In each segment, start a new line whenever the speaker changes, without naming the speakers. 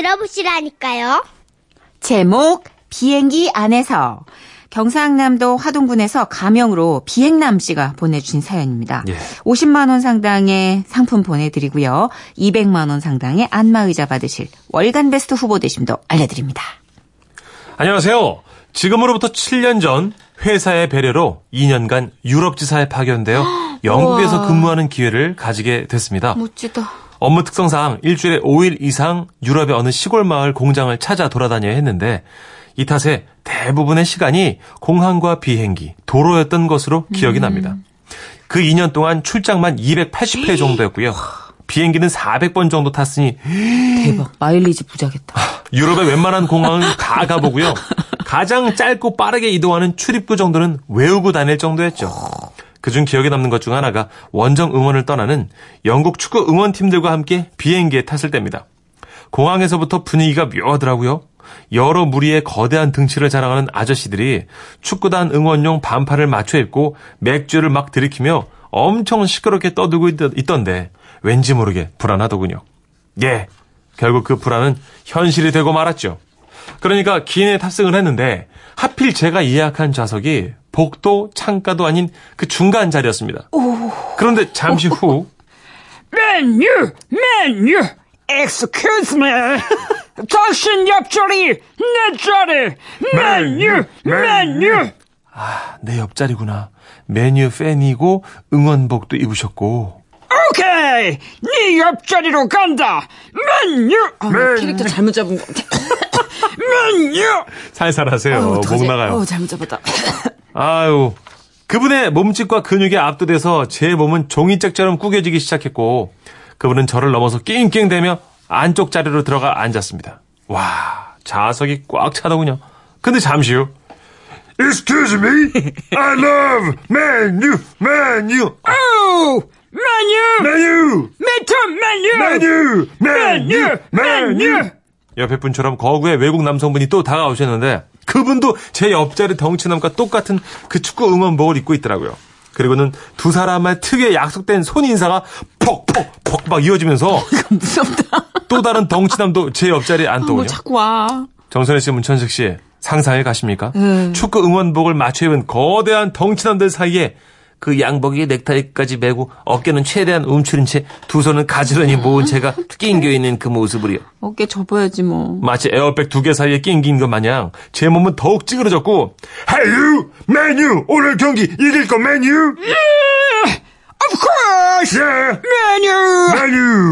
들어보시라니까요.
제목 비행기 안에서 경상남도 화동군에서 가명으로 비행남 씨가 보내주신 사연입니다.
예.
50만 원 상당의 상품 보내드리고요. 200만 원 상당의 안마의자 받으실 월간 베스트 후보 되심도 알려드립니다.
안녕하세요. 지금으로부터 7년 전 회사의 배려로 2년간 유럽 지사에 파견되어 영국에서 근무하는 기회를 가지게 됐습니다.
멋지다.
업무 특성상 일주일에 5일 이상 유럽의 어느 시골 마을 공장을 찾아 돌아다녀야 했는데 이 탓에 대부분의 시간이 공항과 비행기, 도로였던 것으로 기억이
음.
납니다. 그 2년 동안 출장만 280회 정도였고요. 비행기는 400번 정도 탔으니
음. 대박. 마일리지 부자겠다.
유럽의 웬만한 공항은 다 가보고요. 가장 짧고 빠르게 이동하는 출입구 정도는 외우고 다닐 정도였죠. 그중 기억에 남는 것 중 하나가 원정 응원을 떠나는 영국 축구 응원팀들과 함께 비행기에 탔을 때입니다. 공항에서부터 분위기가 묘하더라고요. 여러 무리의 거대한 등치를 자랑하는 아저씨들이 축구단 응원용 반팔을 맞춰 입고 맥주를 막 들이키며 엄청 시끄럽게 떠들고 있- 있던데 왠지 모르게 불안하더군요. 예. 결국 그 불안은 현실이 되고 말았죠. 그러니까 기내에 탑승을 했는데 하필 제가 예약한 좌석이 복도 창가도 아닌 그 중간 자리였습니다. 그런데 잠시 후
메뉴, 메뉴, excuse me. 당신 옆자리, 내 자리, 메뉴, 메뉴.
아, 내 옆자리구나. 메뉴 팬이고 응원복도 입으셨고.
오케이, 네 옆자리로 간다. 메뉴,
음. 캐릭터 잘못 잡은 것
어,
같아.
메뉴.
살살하세요.
어우,
목
어떡하지?
나가요.
어우, 잘못 잡았다.
아유. 그분의 몸집과 근육에 압도돼서 제 몸은 종이짝처럼 구겨지기 시작했고 그분은 저를 넘어서 낑낑대며 안쪽 자리로 들어가 앉았습니다. 와, 좌석이 꽉 차더군요. 근데 잠시 후 Excuse me. I love menu. Menu.
오, 메뉴,
Menu.
메뉴, 메뉴,
메뉴!
메뉴, 메뉴.
옆에 분처럼 거구의 외국 남성분이 또 다가오셨는데 그분도 제 옆자리 덩치남과 똑같은 그 축구 응원복을 입고 있더라고요. 그리고는 두 사람의 특유의 약속된 손 인사가 퍽퍽 퍽 막 이어지면서
무섭다.
또 다른 덩치남도 제 옆자리에
뭐
앉더군요.
자꾸 와.
정선혜 씨, 문천식 씨, 상상해 가십니까?
네.
축구 응원복을 맞춰 입은 거대한 덩치남들 사이에 그 양복이 넥타이까지 메고 어깨는 최대한 움츠린 채 두 손은 가지런히 모은 채가 낑겨 있는 그 모습을요.
어깨 접어야지 뭐.
마치 에어백 두 개 사이에 낑긴 것 마냥 제 몸은 더욱 찌그러졌고 하유 메뉴 오늘 경기 이길 거 메뉴
Of course,
예
메뉴.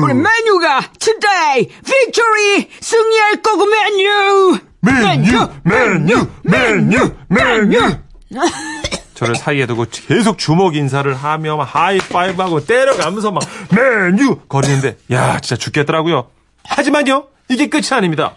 우리
메뉴
메뉴가 today victory 승리할 거고 메뉴
메뉴 메뉴 메뉴 메뉴 저를 사이에 두고 계속 주먹 인사를 하며 막 하이파이브하고 때려가면서 막 메뉴 거리는데 야 진짜 죽겠더라고요 하지만요 이게 끝이 아닙니다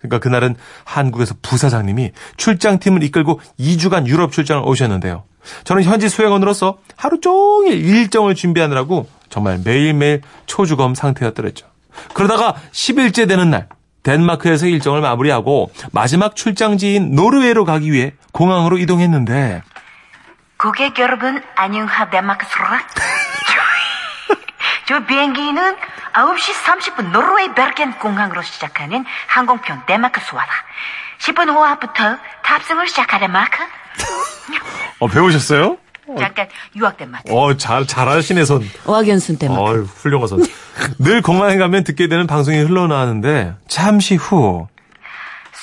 그러니까 그날은 한국에서 부사장님이 출장팀을 이끌고 2주간 유럽 출장을 오셨는데요. 저는 현지 수행원으로서 하루 종일 일정을 준비하느라고 정말 매일매일 초주검 상태였더랬죠. 그러다가 10일째 되는 날 덴마크에서 일정을 마무리하고 마지막 출장지인 노르웨이로 가기 위해 공항으로 이동했는데
고객 여러분 안녕하 덴마크스라 저 비행기는 9시 30분 노르웨이 베르겐 공항으로 시작하는 항공편 덴마크 수와다 10분 후부터 탑승을 시작하는 마크
어 배우셨어요?
잠깐 유학 덴마크
어잘 잘하시네 선.
어학연수 때만.
어유 훌륭하선. 늘 공항에 가면 듣게 되는 방송이 흘러나왔는데 잠시 후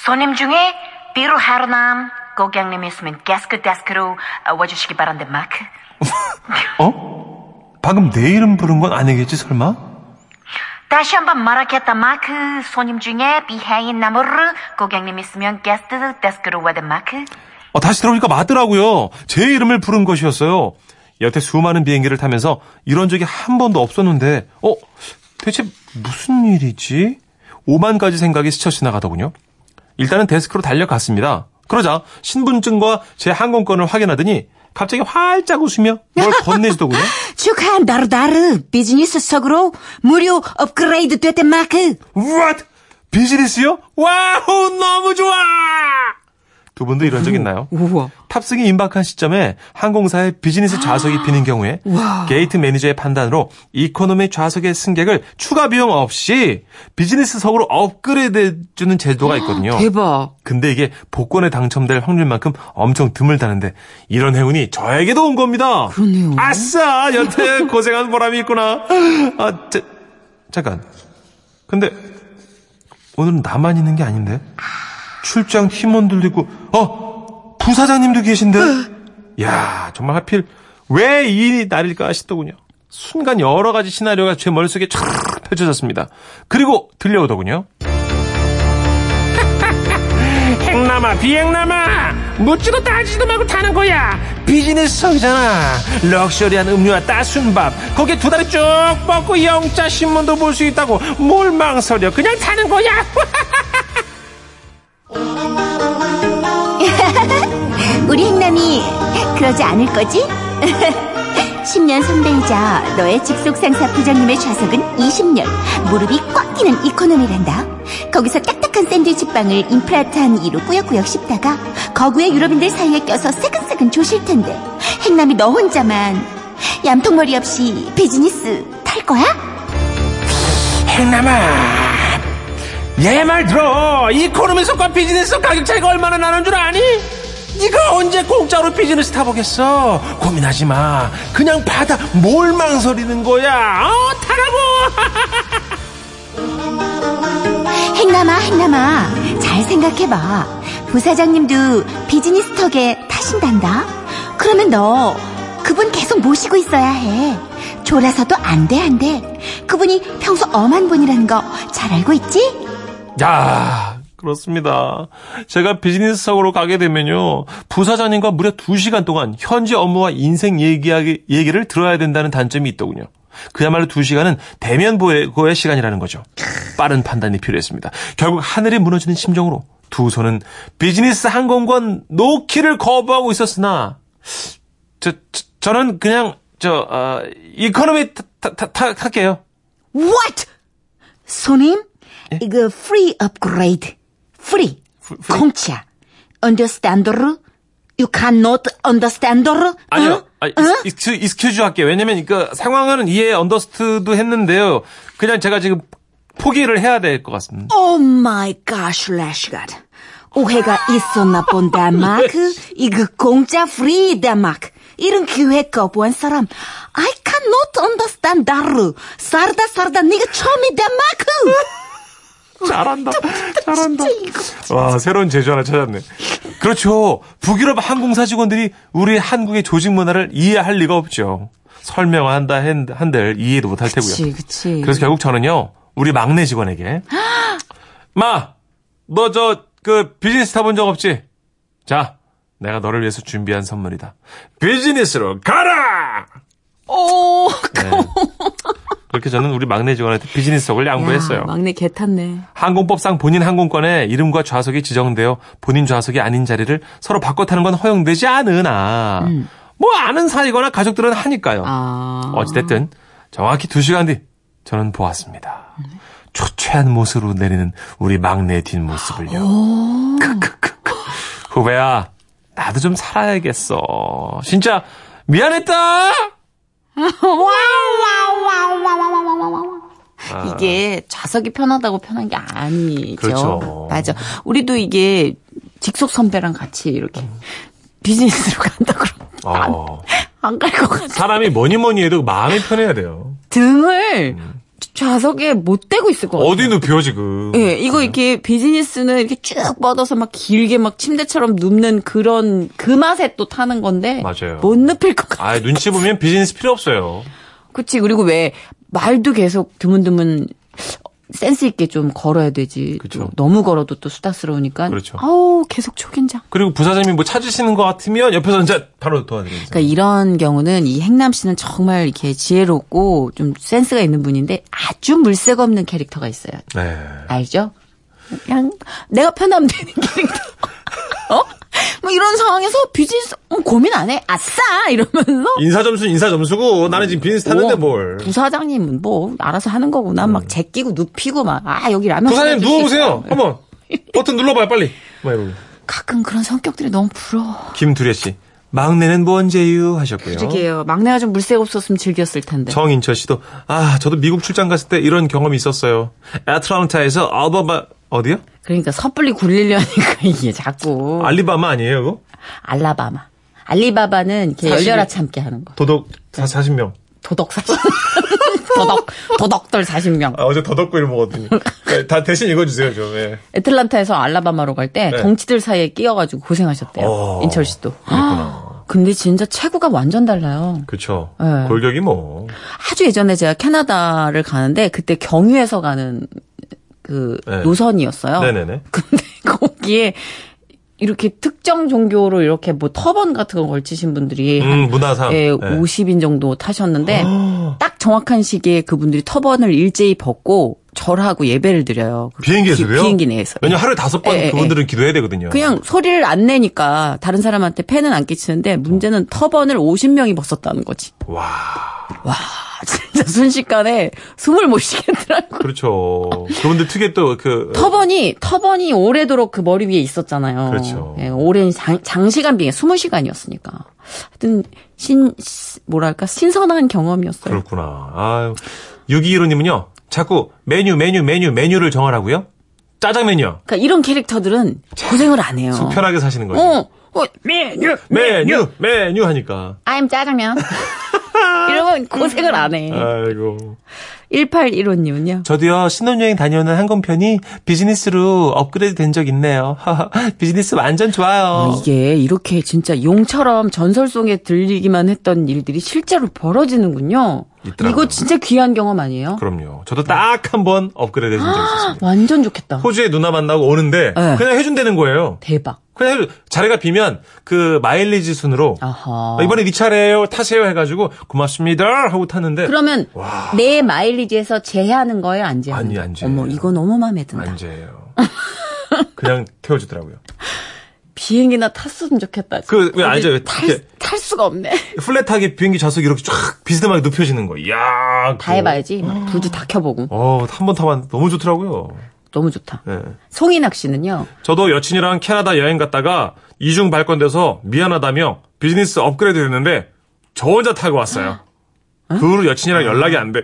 손님 중에 비루 하루남 고객님 있으면 게스크 데스크로 와주시기 바란데 마크
어? 방금 내 이름 부른 건 아니겠지 설마?
다시 한번 말하겠다 마크 uh, 손님 중에 비행인 나무르 고객님 있으면 게스트 데스크로 와대 마크
어, 다시 들어보니까 맞더라고요. 제 이름을 부른 것이었어요. 여태 수많은 비행기를 타면서 이런 적이 한 번도 없었는데 어? 대체 무슨 일이지? 오만 가지 생각이 스쳐 지나가더군요. 일단은 데스크로 달려갔습니다. 그러자 신분증과 제 항공권을 확인하더니 갑자기 활짝 웃으며 뭘 건네주더군요.
축하한다르 다르 비즈니스 석으로 무료 업그레이드 됐대 마크.
What? 비즈니스요? 와우, 너무 좋아! 두 분도 이런 적 있나요?
우와.
탑승이 임박한 시점에 항공사의 비즈니스 좌석이 비는 경우에 게이트 매니저의 판단으로 이코노미 좌석의 승객을 추가 비용 없이 비즈니스석으로 업그레이드 해주는 제도가 있거든요.
대박.
근데 이게 복권에 당첨될 확률만큼 엄청 드물다는데 이런 행운이 저에게도 온 겁니다.
그러네요.
아싸 여태 고생한 보람이 있구나. 아 자, 잠깐. 근데 오늘은 나만 있는 게 아닌데 출장 팀원들도 있고 어 부사장님도 계신데. 야 정말 하필 왜 이 날일까 싶더군요. 순간 여러 가지 시나리오가 제 머릿속에 촤악 펼쳐졌습니다. 그리고 들려오더군요.
행남아 비행남아 묻지도 따지지도 말고 타는 거야 비즈니스석이잖아 럭셔리한 음료와 따순 밥 거기에 두 다리 쭉 뻗고 영자 신문도 볼 수 있다고 뭘 망설여 그냥 타는 거야
우리 행남이 그러지 않을 거지? 10년 선배이자 너의 직속 상사 부장님의 좌석은 20년 무릎이 꽉 끼는 이코노미란다 거기서 딱딱한 샌드위치 빵을 인프라탄 위로 꾸역꾸역 씹다가 거구의 유럽인들 사이에 껴서 새근새근 조실 텐데 행남이 너 혼자만 얌통머리 없이 비즈니스 탈 거야?
행남아 내 말 들어 이코노미석과 비즈니스석 가격 차이가 얼마나 나는 줄 아니? 네가 언제 공짜로 비즈니스 타보겠어 고민하지 마 그냥 받아 뭘 망설이는 거야 어 타라고
행남아 행남아 잘 생각해봐 부사장님도 비즈니스턱에 타신단다 그러면 너 그분 계속 모시고 있어야 해 졸아서도 안돼안돼 그분이 평소 엄한 분이라는 거 잘 알고 있지?
야 그렇습니다. 제가 비즈니스석으로 가게 되면요. 부사장님과 무려 2시간 동안 현지 업무와 인생 얘기하기, 얘기를 들어야 된다는 단점이 있더군요. 그야말로 2시간은 대면 보고의 시간이라는 거죠. 빠른 판단이 필요했습니다. 결국 하늘이 무너지는 심정으로 두 손은 비즈니스 항공권 놓기를 거부하고 있었으나 저, 저, 는 그냥 저 아, 이코노미 타, 타, 타, 타, 탈게요.
What? 손님
예?
이거 free upgrade free 공짜 understand you cannot 어? understand
아니요. 아, 익스, 익스큐즈 할게요. 왜냐면 그 상황은 이해 언더스트도 했는데요. 그냥 제가 지금 포기를 해야 될 것 같습니다.
오
Oh
마이 가시 래시갓 오해가 있었나 본 덴마크 이거 공짜 프리 덴마크 이런 기회 거부한 사람 I cannot understand 다루 살다 살다 네가 처음이 덴마크
잘한다. 잘한다.
진짜 이거
와, 새로운 제주 하나 찾았네. 그렇죠. 북유럽 항공사 직원들이 우리 한국의 조직 문화를 이해할 리가 없죠. 설명한다 한- 한들 이해도 못할
그치,
테고요.
그치.
그래서 결국 저는요, 우리 막내 직원에게 마, 너 저 그 비즈니스 타본 적 없지? 자, 내가 너를 위해서 준비한 선물이다. 비즈니스로 가라.
오,
네. 그렇게 저는 우리 막내 직원한테 비즈니스석을 양보했어요.
야, 막내 개 탔네.
항공법상 본인 항공권에 이름과 좌석이 지정되어 본인 좌석이 아닌 자리를 서로 바꿔 타는 건 허용되지 않으나 뭐 아는 사이거나 가족들은 하니까요.
음. 아.
어찌됐든 정확히 2시간 뒤 저는 보았습니다. 초췌한 모습으로 내리는 우리 막내의 뒷모습을요. 크크크크. 후배야, 나도 좀 살아야겠어. 진짜 미안했다.
이게 좌석이 편하다고 편한 게 아니죠.
아. 그렇죠.
맞아. 우리도 이게 직속 선배랑 같이 이렇게
음.
비즈니스로 간다 그러면
어,
안 갈 것 같아.
사람이 뭐니 뭐니 해도 마음이 편해야 돼요.
등을 좌석에 못 대고 있을 것 같아.
음. 어디 눕혀 지금.
예, 이거 이렇게 비즈니스는 이렇게 쭉 뻗어서 막 길게 막 침대처럼 눕는 그런 그 맛에 또 타는 건데
맞아요.
못 눕힐 것 같아.
아, 눈치 보면 비즈니스 필요 없어요.
그치 그리고 왜 말도 계속 드문드문 센스 있게 좀 걸어야 되지.
그쵸.
또 너무 걸어도 또 수다스러우니까.
그렇죠.
아우 계속 초긴장.
그리고 부사장님이 뭐 찾으시는 것 같으면 옆에서 이제 바로 도와드리세요.
그러니까 이런 경우는 이 행남 씨는 정말 이렇게 지혜롭고 좀 센스가 있는 분인데 아주 물색 없는 캐릭터가 있어요.
네.
알죠? 그냥 내가 편하면 되는 캐릭터. 어? 뭐 이런 상황에서 비즈니스 어, 고민 안 해. 아싸 이러면서
인사 점수 인사 점수고 나는 지금 비즈니스 탔는데
어,
뭘. 음.
부사장님은 뭐 알아서 하는 거구나. 막 제끼고 눕히고 막 아 여기 라면
부사장님
끓여줄 수
누워보세요.
있어.
한번 버튼 눌러봐요 빨리. 뭐 이러고.
가끔 그런 성격들이 너무 부러워.
김두려 씨. 막내는 뭔제유 하셨고요.
그러게요. 막내가 좀 물색 없었으면 즐겼을 텐데.
정인철 씨도 아 저도 미국 출장 갔을 때 이런 경험이 있었어요. 애틀란타에서 알바마 어디요?
그러니까 섣불리 굴리려니까 이게 자꾸.
알리바마 아니에요? 그거?
알라바마. 알리바바는 이렇게
사실은-
열려라 참게 하는 거.
도덕 사, 40명.
도덕 40명. 도덕, 도덕들 40명.
아, 어제 더덕구이를 먹었더니. 네, 다 대신 읽어주세요 좀. 예.
애틀란타에서 알라바마로 갈 때
네.
덩치들 사이에 끼어가지고 고생하셨대요.
어,
인철 씨도. 아, 근데 진짜 체구가 완전 달라요.
그쵸.
네.
골격이 뭐.
아주 예전에 제가 캐나다를 가는데 그때 경유해서 가는 그
네.
노선이었어요.
네네네.
근데 거기에 이렇게 특정 종교로 이렇게 뭐 터번 같은 거 걸치신 분들이 한
음, 문화상.
예,
네. 아.
50인 정도 타셨는데 딱 정확한 시기에 그분들이 터번을 일제히 벗고 절하고 예배를 드려요. 그
비행기에서요? 네.
비- 비행기 내에서.
왜냐면 하루에 다섯 번
예, 예,
그분들은 기도해야 되거든요.
그냥 소리를 안 내니까 다른 사람한테 폐는 안 끼치는데 문제는 터번을 50명이 벗었다는 거지.
와.
아, 진짜 순식간에 숨을 못 쉬겠더라고.
그렇죠. 그분들 특유의 또 그.
터번이 터번이 오래도록 그 머리 위에 있었잖아요.
그렇죠.
예, 오랜 장, 장시간 비행 20시간이었으니까. 하여튼 신 시- 뭐랄까 신선한 경험이었어요.
그렇구나. 아유. 6215님은요. 자꾸 메뉴, 메뉴, 메뉴, 메뉴를 정하라고요? 짜장 메뉴요.
그러니까 이런 캐릭터들은 고생을 안 해요.
편하게 사시는 거죠.
어, 어,
메뉴
메뉴, 메뉴 하니까.
I'm 짜장면. 이러면 고생을 안 해.
아이고.
1815님은요.
저도요, 신혼여행 다녀오는 항공편이 비즈니스로 업그레이드 된 적 있네요. 비즈니스 완전 좋아요.
이게 이렇게 진짜 용처럼 전설송에 들리기만 했던 일들이 실제로 벌어지는군요.
있더라고요.
이거 진짜 귀한 경험 아니에요?
그럼요. 저도
네.
딱 한 번 업그레이드 해준 적이 있었습니다.
완전 좋겠다.
호주에 누나 만나고 오는데,
네.
그냥 해준다는 거예요.
대박.
그냥 해줘. 자리가 비면, 그, 마일리지 순으로,
아하.
아, 이번에 네 차례예요, 타세요 해가지고, 고맙습니다! 하고 탔는데,
그러면
와.
내 마일리지에서 제하는 거예요, 안 제하는
아니,
거예요?
안 제해요.
어머, 이거 너무 마음에 든다.
안재예요. 그냥 태워주더라고요.
비행기나 탔으면 좋겠다.
그, 왜 알죠?
어디 탈,
이렇게.
탈 수가 없네.
플랫하게 비행기 좌석이 이렇게 쫙 비스듬하게 눕혀지는 거예요. 이야.
다 해봐야지. 불도 다 켜보고.
어, 한 번 타봤는데 너무 좋더라고요.
너무 좋다.
네.
송인학 씨는요.
저도 여친이랑 캐나다 여행 갔다가 이중 발권돼서 미안하다며 비즈니스 업그레이드 됐는데 저 혼자 타고 왔어요. 그 후로 여친이랑 연락이 안 돼.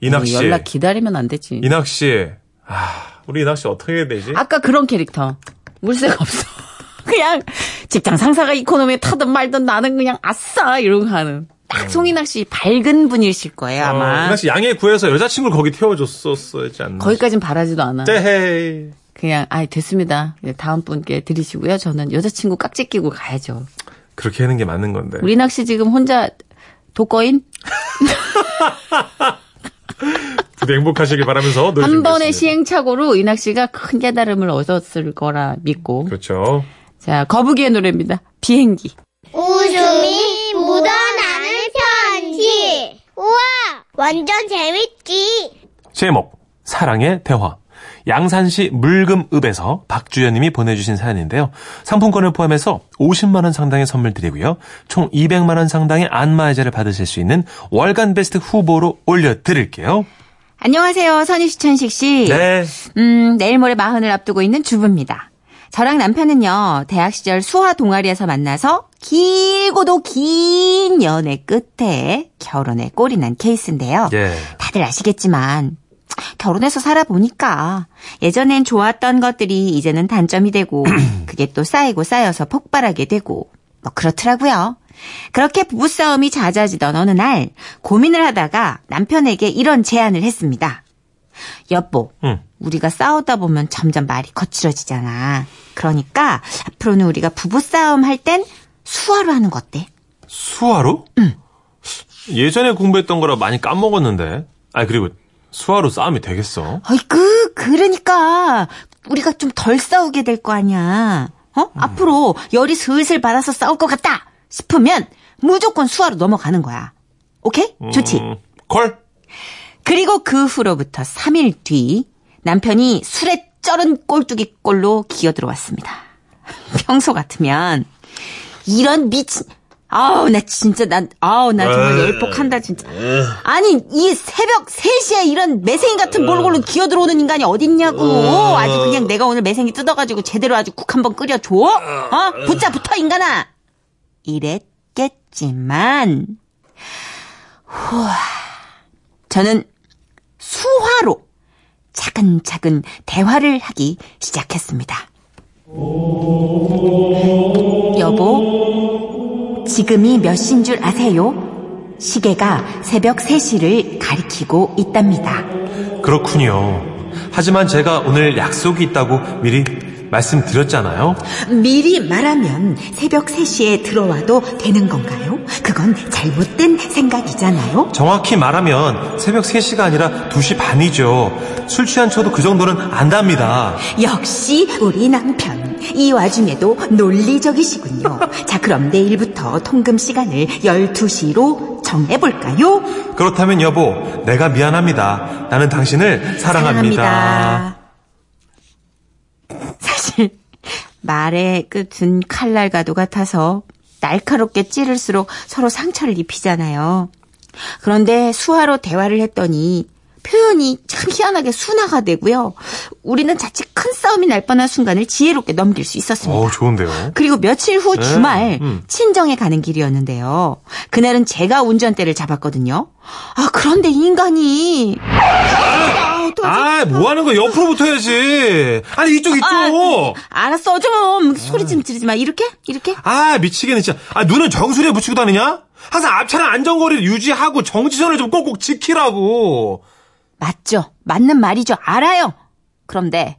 이낙
어,
아, 씨. 예.
연락 기다리면 안 되지.
이낙 씨. 아, 우리 이낙 씨 어떻게 해야 되지?
아까 그런 캐릭터. 물색 없어. 그냥 직장 상사가 이코노미에 타든 말든 나는 그냥 아싸 이러고 하는. 딱 송인학 씨 밝은 분이실 거예요
어,
아마.
이낙 씨 양해 구해서 여자친구를 거기 태워줬었지 않나.
거기까진 바라지도 않아.
네. 떼헤이.
그냥 아 됐습니다. 예, 다음 분께 드리시고요. 저는 여자친구 깍지 끼고 가야죠.
그렇게 하는 게 맞는 건데.
우리 낚시 지금 혼자 독거인
부디 행복하시길 바라면서 노래
한 번의
준비했습니다.
시행착오로 이낚 씨가 큰 깨달음을 얻었을 거라 믿고
그렇죠.
자 거북이의 노래입니다. 비행기.
웃음이 묻어나는 편지. 우와, 완전 재밌지.
제목 사랑의 대화 양산시 물금읍에서 박주연님이 보내주신 사연인데요. 상품권을 포함해서 50만 원 상당의 선물 드리고요. 총 200만 원 상당의 안마의자를 받으실 수 있는 월간 베스트 후보로 올려드릴게요.
안녕하세요 선희 시천식 씨.
네.
음, 내일 모레 마흔을 앞두고 있는 주부입니다. 저랑 남편은요, 대학 시절 수화 동아리에서 만나서 길고도 긴 연애 끝에 결혼에 꼴이 난 케이스인데요.
예.
다들 아시겠지만, 결혼해서 살아보니까 예전엔 좋았던 것들이 이제는 단점이 되고, 그게 또 쌓이고 쌓여서 폭발하게 되고, 뭐 그렇더라고요. 그렇게 부부싸움이 잦아지던 어느 날, 고민을 하다가 남편에게 이런 제안을 했습니다. 여보,
응.
우리가 싸우다 보면 점점 말이 거칠어지잖아. 그러니까 앞으로는 우리가 부부 싸움 할 땐 수화로 하는 거 어때?
수화로? 예전에 공부했던 거라 많이 까먹었는데. 아 그리고 수화로 싸움이 되겠어?
아이고, 그, 그러니까 우리가 좀 덜 싸우게 될 거 아니야. 어? 앞으로 열이 슬슬 받아서 싸울 것 같다 싶으면 무조건 수화로 넘어가는 거야. 오케이? 좋지.
음, 콜.
그리고 그 후로부터 3일 뒤 남편이 술에 쩔은 꼴뚜기 꼴로 기어들어왔습니다. 평소 같으면 이런 미친 아우, 나 진짜, 난, 아우, 나 정말 열폭한다, 진짜. 아니, 이 새벽 3시에 이런 매생이 같은 몰골로 기어 들어오는 인간이 어딨냐고. 아주 그냥 내가 오늘 매생이 뜯어가지고 제대로 아주 국 한번 끓여줘? 어? 붙자, 붙어, 인간아! 이랬겠지만, 후아. 저는 수화로 차근차근 대화를 하기 시작했습니다. 여보, 지금이 몇 시인 줄 아세요? 시계가 새벽 3시를 가리키고 있답니다.
그렇군요. 하지만 제가 오늘 약속이 있다고 미리 말씀드렸잖아요.
미리 말하면 새벽 3시에 들어와도 되는 건가요? 그건 잘못된 생각이잖아요?
정확히 말하면 새벽 3시가 아니라 2시 반이죠. 술 취한 저도 그 정도는 안답니다.
역시 우리 남편. 이 와중에도 논리적이시군요. 자, 그럼 내일부터 통금 시간을 12시로 정해볼까요?
그렇다면 여보, 내가 미안합니다. 나는 당신을 사랑합니다.
사실 말의 끝은 칼날과도 같아서 날카롭게 찌를수록 서로 상처를 입히잖아요. 그런데 수화로 대화를 했더니 표현이 참 희한하게 순화가 되고요. 우리는 자칫 큰 싸움이 날 뻔한 순간을 지혜롭게 넘길 수 있었습니다.
어, 좋은데요. 네.
그리고 며칠 후 주말 친정에 가는 길이었는데요. 그날은 제가 운전대를 잡았거든요. 아 그런데 이 인간이 아, 또
아, 뭐 하는 거야? 옆으로 붙어야지. 아니, 네. 이쪽, 이쪽.
알았어 좀 소리 좀 지르지 마 이렇게 이렇게
아, 미치겠네, 진짜. 아, 눈은 정수리에 붙이고 다니냐? 항상 앞차는 안전거리를 유지하고 정지선을 좀 꼭꼭 지키라고.
맞죠 맞는 말이죠 알아요 그런데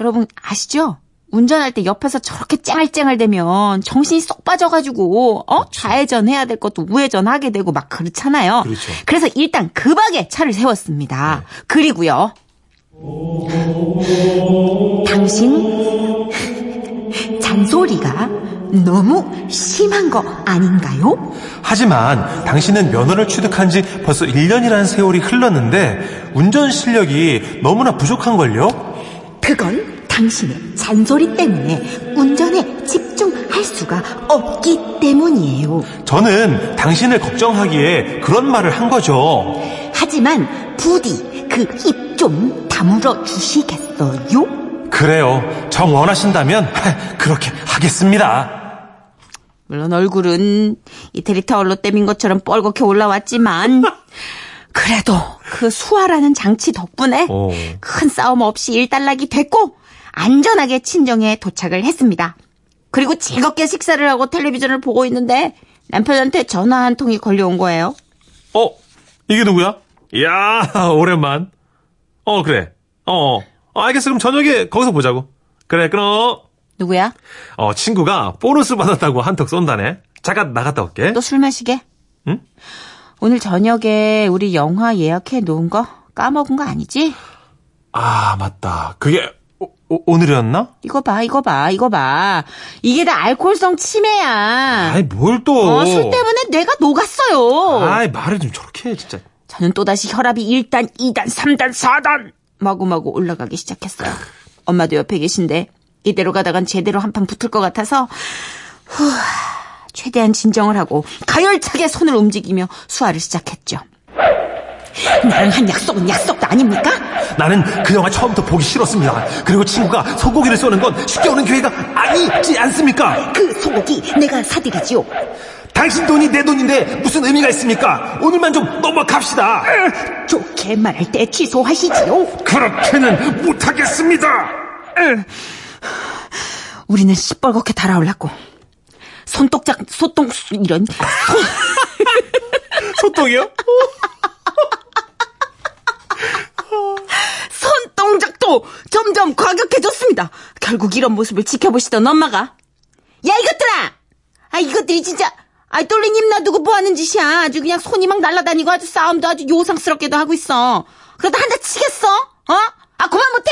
여러분 아시죠 운전할 때 옆에서 저렇게 쨍알쨍알 대면 정신이 쏙 빠져가지고 어 좌회전 해야 될 것도 우회전 하게 되고 막 그렇잖아요
그렇죠.
그래서 일단 급하게 차를 세웠습니다 그리고요 당신 잔소리가 너무 심한 거 아닌가요?
하지만 당신은 면허를 취득한 지 벌써 1년이라는 세월이 흘렀는데 운전 실력이 너무나 부족한걸요?
그건 당신의 잔소리 때문에 운전에 집중할 수가 없기 때문이에요.
저는 당신을 걱정하기에 그런 말을 한 거죠.
하지만 부디 그 입 좀 다물어 주시겠어요?
그래요. 정 원하신다면 그렇게 하겠습니다.
물론 얼굴은 이태리 타월로 때민 것처럼 뻘겋게 올라왔지만 그래도 그 수화라는 장치 덕분에
어.
큰 싸움 없이 일단락이 됐고 안전하게 친정에 도착을 했습니다. 그리고 즐겁게 식사를 하고 텔레비전을 보고 있는데 남편한테 전화 한 통이 걸려온 거예요.
어? 이게 누구야? 야 오랜만. 어 그래. 어, 어. 어, 알겠어. 그럼 저녁에 거기서 보자고. 그래 끊어.
누구야?
어 친구가 보너스 받았다고 한턱 쏜다네. 잠깐 나갔다 올게.
너 술 마시게?
응?
오늘 저녁에 우리 영화 예약해 놓은 거 까먹은 거 아니지?
아 맞다. 그게 오, 늘이었나
이거 봐, 이거 봐, 이거 봐. 이게 다 알코올성 치매야.
아이 뭘 또?
어, 술 때문에 뇌가 녹았어요.
아이 말을 좀 저렇게 해 진짜.
저는 또다시 혈압이 1단, 2단, 3단, 4단 마구마구 올라가기 시작했어요. 엄마도 옆에 계신데 이대로 가다간 제대로 한판 붙을 것 같아서 후, 최대한 진정을 하고 가열차게 손을 움직이며 수화를 시작했죠. 나랑 한 약속은 약속도 아닙니까?
나는 그 영화 처음부터 보기 싫었습니다. 그리고 친구가 소고기를 쏘는 건 쉽게 오는 기회가 아니지 않습니까?
그 소고기 내가 사드리지요.
당신 돈이 내 돈인데 무슨 의미가 있습니까? 오늘만 좀 넘어갑시다.
좋게 말할 때 취소하시지요.
그렇게는 못하겠습니다.
우리는 시뻘겋게 달아올랐고 손동작 소똥 이런
소똥이요?
손 동작도 점점 과격해졌습니다. 결국 이런 모습을 지켜보시던 엄마가 야 이것들아! 아 이것들이 진짜 아 똘린 입 놔두고 뭐하는 짓이야. 아주 그냥 손이 막 날아다니고 아주 싸움도 아주 요상스럽게도 하고 있어. 그러다 한 대 치겠어? 어? 아 그만 못해!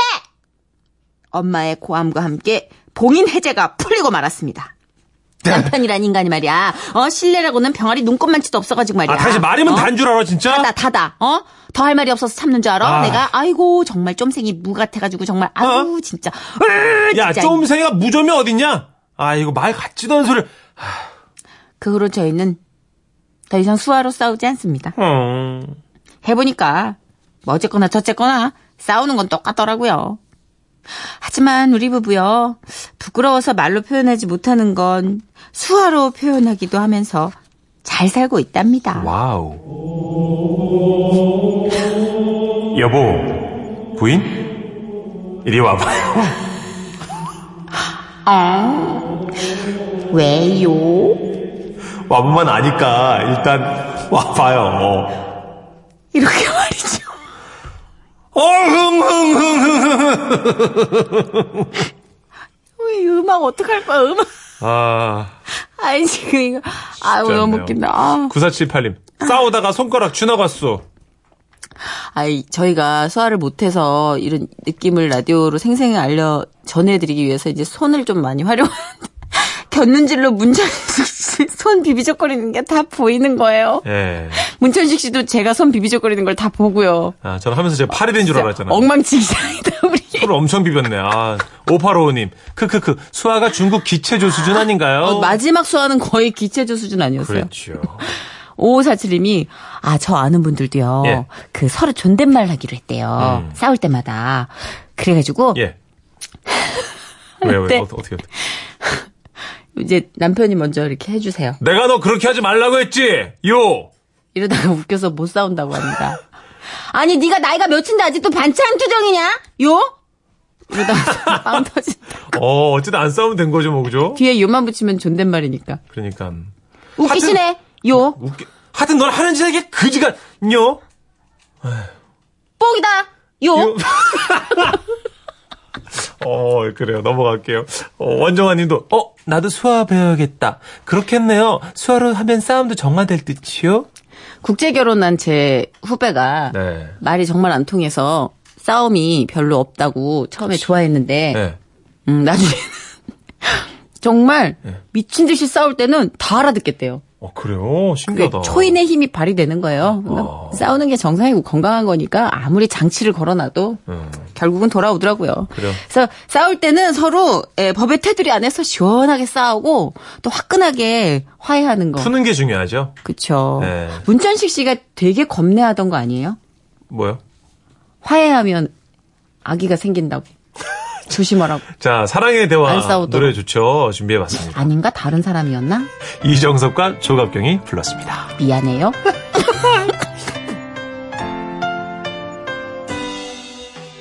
엄마의 고함과 함께 봉인 해제가 풀리고 말았습니다.
네.
남편이란 인간이 말이야. 어 신뢰라고는 병아리 눈꼽만치도 없어가지고 말이야.
아, 당신 말이면
어?
단 줄 알아, 진짜?
다다 다다 어? 더 할 말이 없어서 참는 줄 알아?
아. 어?
내가 아이고 정말 쫌생이 무 같아가지고 정말 아우 진짜
야,
진짜.
쫌생이가 무좀이 어딨냐? 아, 이거 말 같지도 않은 소리를.
그 후로 저희는 더 이상 수화로 싸우지 않습니다.
어.
해보니까 뭐 어쨌거나 저쨌거나 싸우는 건 똑같더라고요. 하지만 우리 부부요 부끄러워서 말로 표현하지 못하는 건 수화로 표현하기도 하면서 잘 살고 있답니다.
와우. 여보, 부인? 이리 와봐요.
왜요?
와보면 아니까 일단 와봐요. 어.
이렇게 말이죠.
어,
이 음악 어떡할 거야 음악.
아,
아니 지금 이거 아
진짜
너무
웃네요.
웃긴다. 아.
9478님. 싸우다가 손가락 쥐나갔어.
아이, 저희가 소화를 못해서 이런 느낌을 라디오로 생생히 알려 전해드리기 위해서 이제 손을 좀 많이 활용하는데 곁눈질로 문천식 씨 손 비비적거리는 게 다 보이는 거예요.
예.
문천식 씨도 제가 손 비비적거리는 걸 다 보고요.
아, 저는 하면서 제가 팔이 된 줄 알았잖아요.
엉망진창이다 우리.
코를 엄청 비볐네. 아, 5855님. 크크크. 수아가 중국 기체조 수준 아닌가요?
어, 마지막 소화는 거의 기체조 수준 아니었어요.
그렇죠.
5547님이, 아, 저 아는 분들도요,
예. 음.
그 서로 존댓말 하기로 했대요. 싸울 때마다. 그래가지고,
예. 왜, 왜,
네.
어, 어떻게, 어떻게.
이제 남편이 먼저 이렇게 해주세요.
내가 너 그렇게 하지 말라고 했지? 요!
이러다가 웃겨서 못 싸운다고 합니다. 아니 네가 나이가 몇인데 아직도 반찬 투정이냐? 요? 이러다가 빵 터진다.
어, 어쨌든 안 싸우면 된 거죠, 뭐, 그죠?
뒤에 요만 붙이면 존댓말이니까.
그러니까.
웃기시네. 요.
웃기. 하여튼 넌 하는 짓에게 그지가, 요?
뽕이다. 요.
어, 그래요. 넘어갈게요. 어, 원정아 님도, 어, 나도 수화 배워야겠다. 그렇겠네요. 수화로 하면 싸움도 정화될 듯이요?
국제 결혼한 제 후배가
네.
말이 정말 안 통해서 싸움이 별로 없다고 처음에 좋아했는데
네.
음, 나중에 정말
네.
미친 듯이 싸울 때는 다 알아듣겠대요.
어, 그래요?
그게
신기하다.
초인의 힘이 발휘되는 거예요. 그러니까
어.
싸우는 게 정상이고 건강한 거니까 아무리 장치를 걸어놔도
음.
결국은 돌아오더라고요.
그래요.
서 싸울 때는 서로 예, 법의 테두리 안에서 시원하게 싸우고 또 화끈하게 화해하는 거.
푸는 게 중요하죠.
그쵸.
네.
문천식 씨가 되게 겁내하던 거 아니에요?
뭐요?
화해하면 아기가 생긴다고. 조심하라고.
자, 사랑의 대화
안 싸우도록.
노래 좋죠. 준비해봤습니다.
아닌가? 다른 사람이었나?
이정섭과 조갑경이 불렀습니다.
미안해요.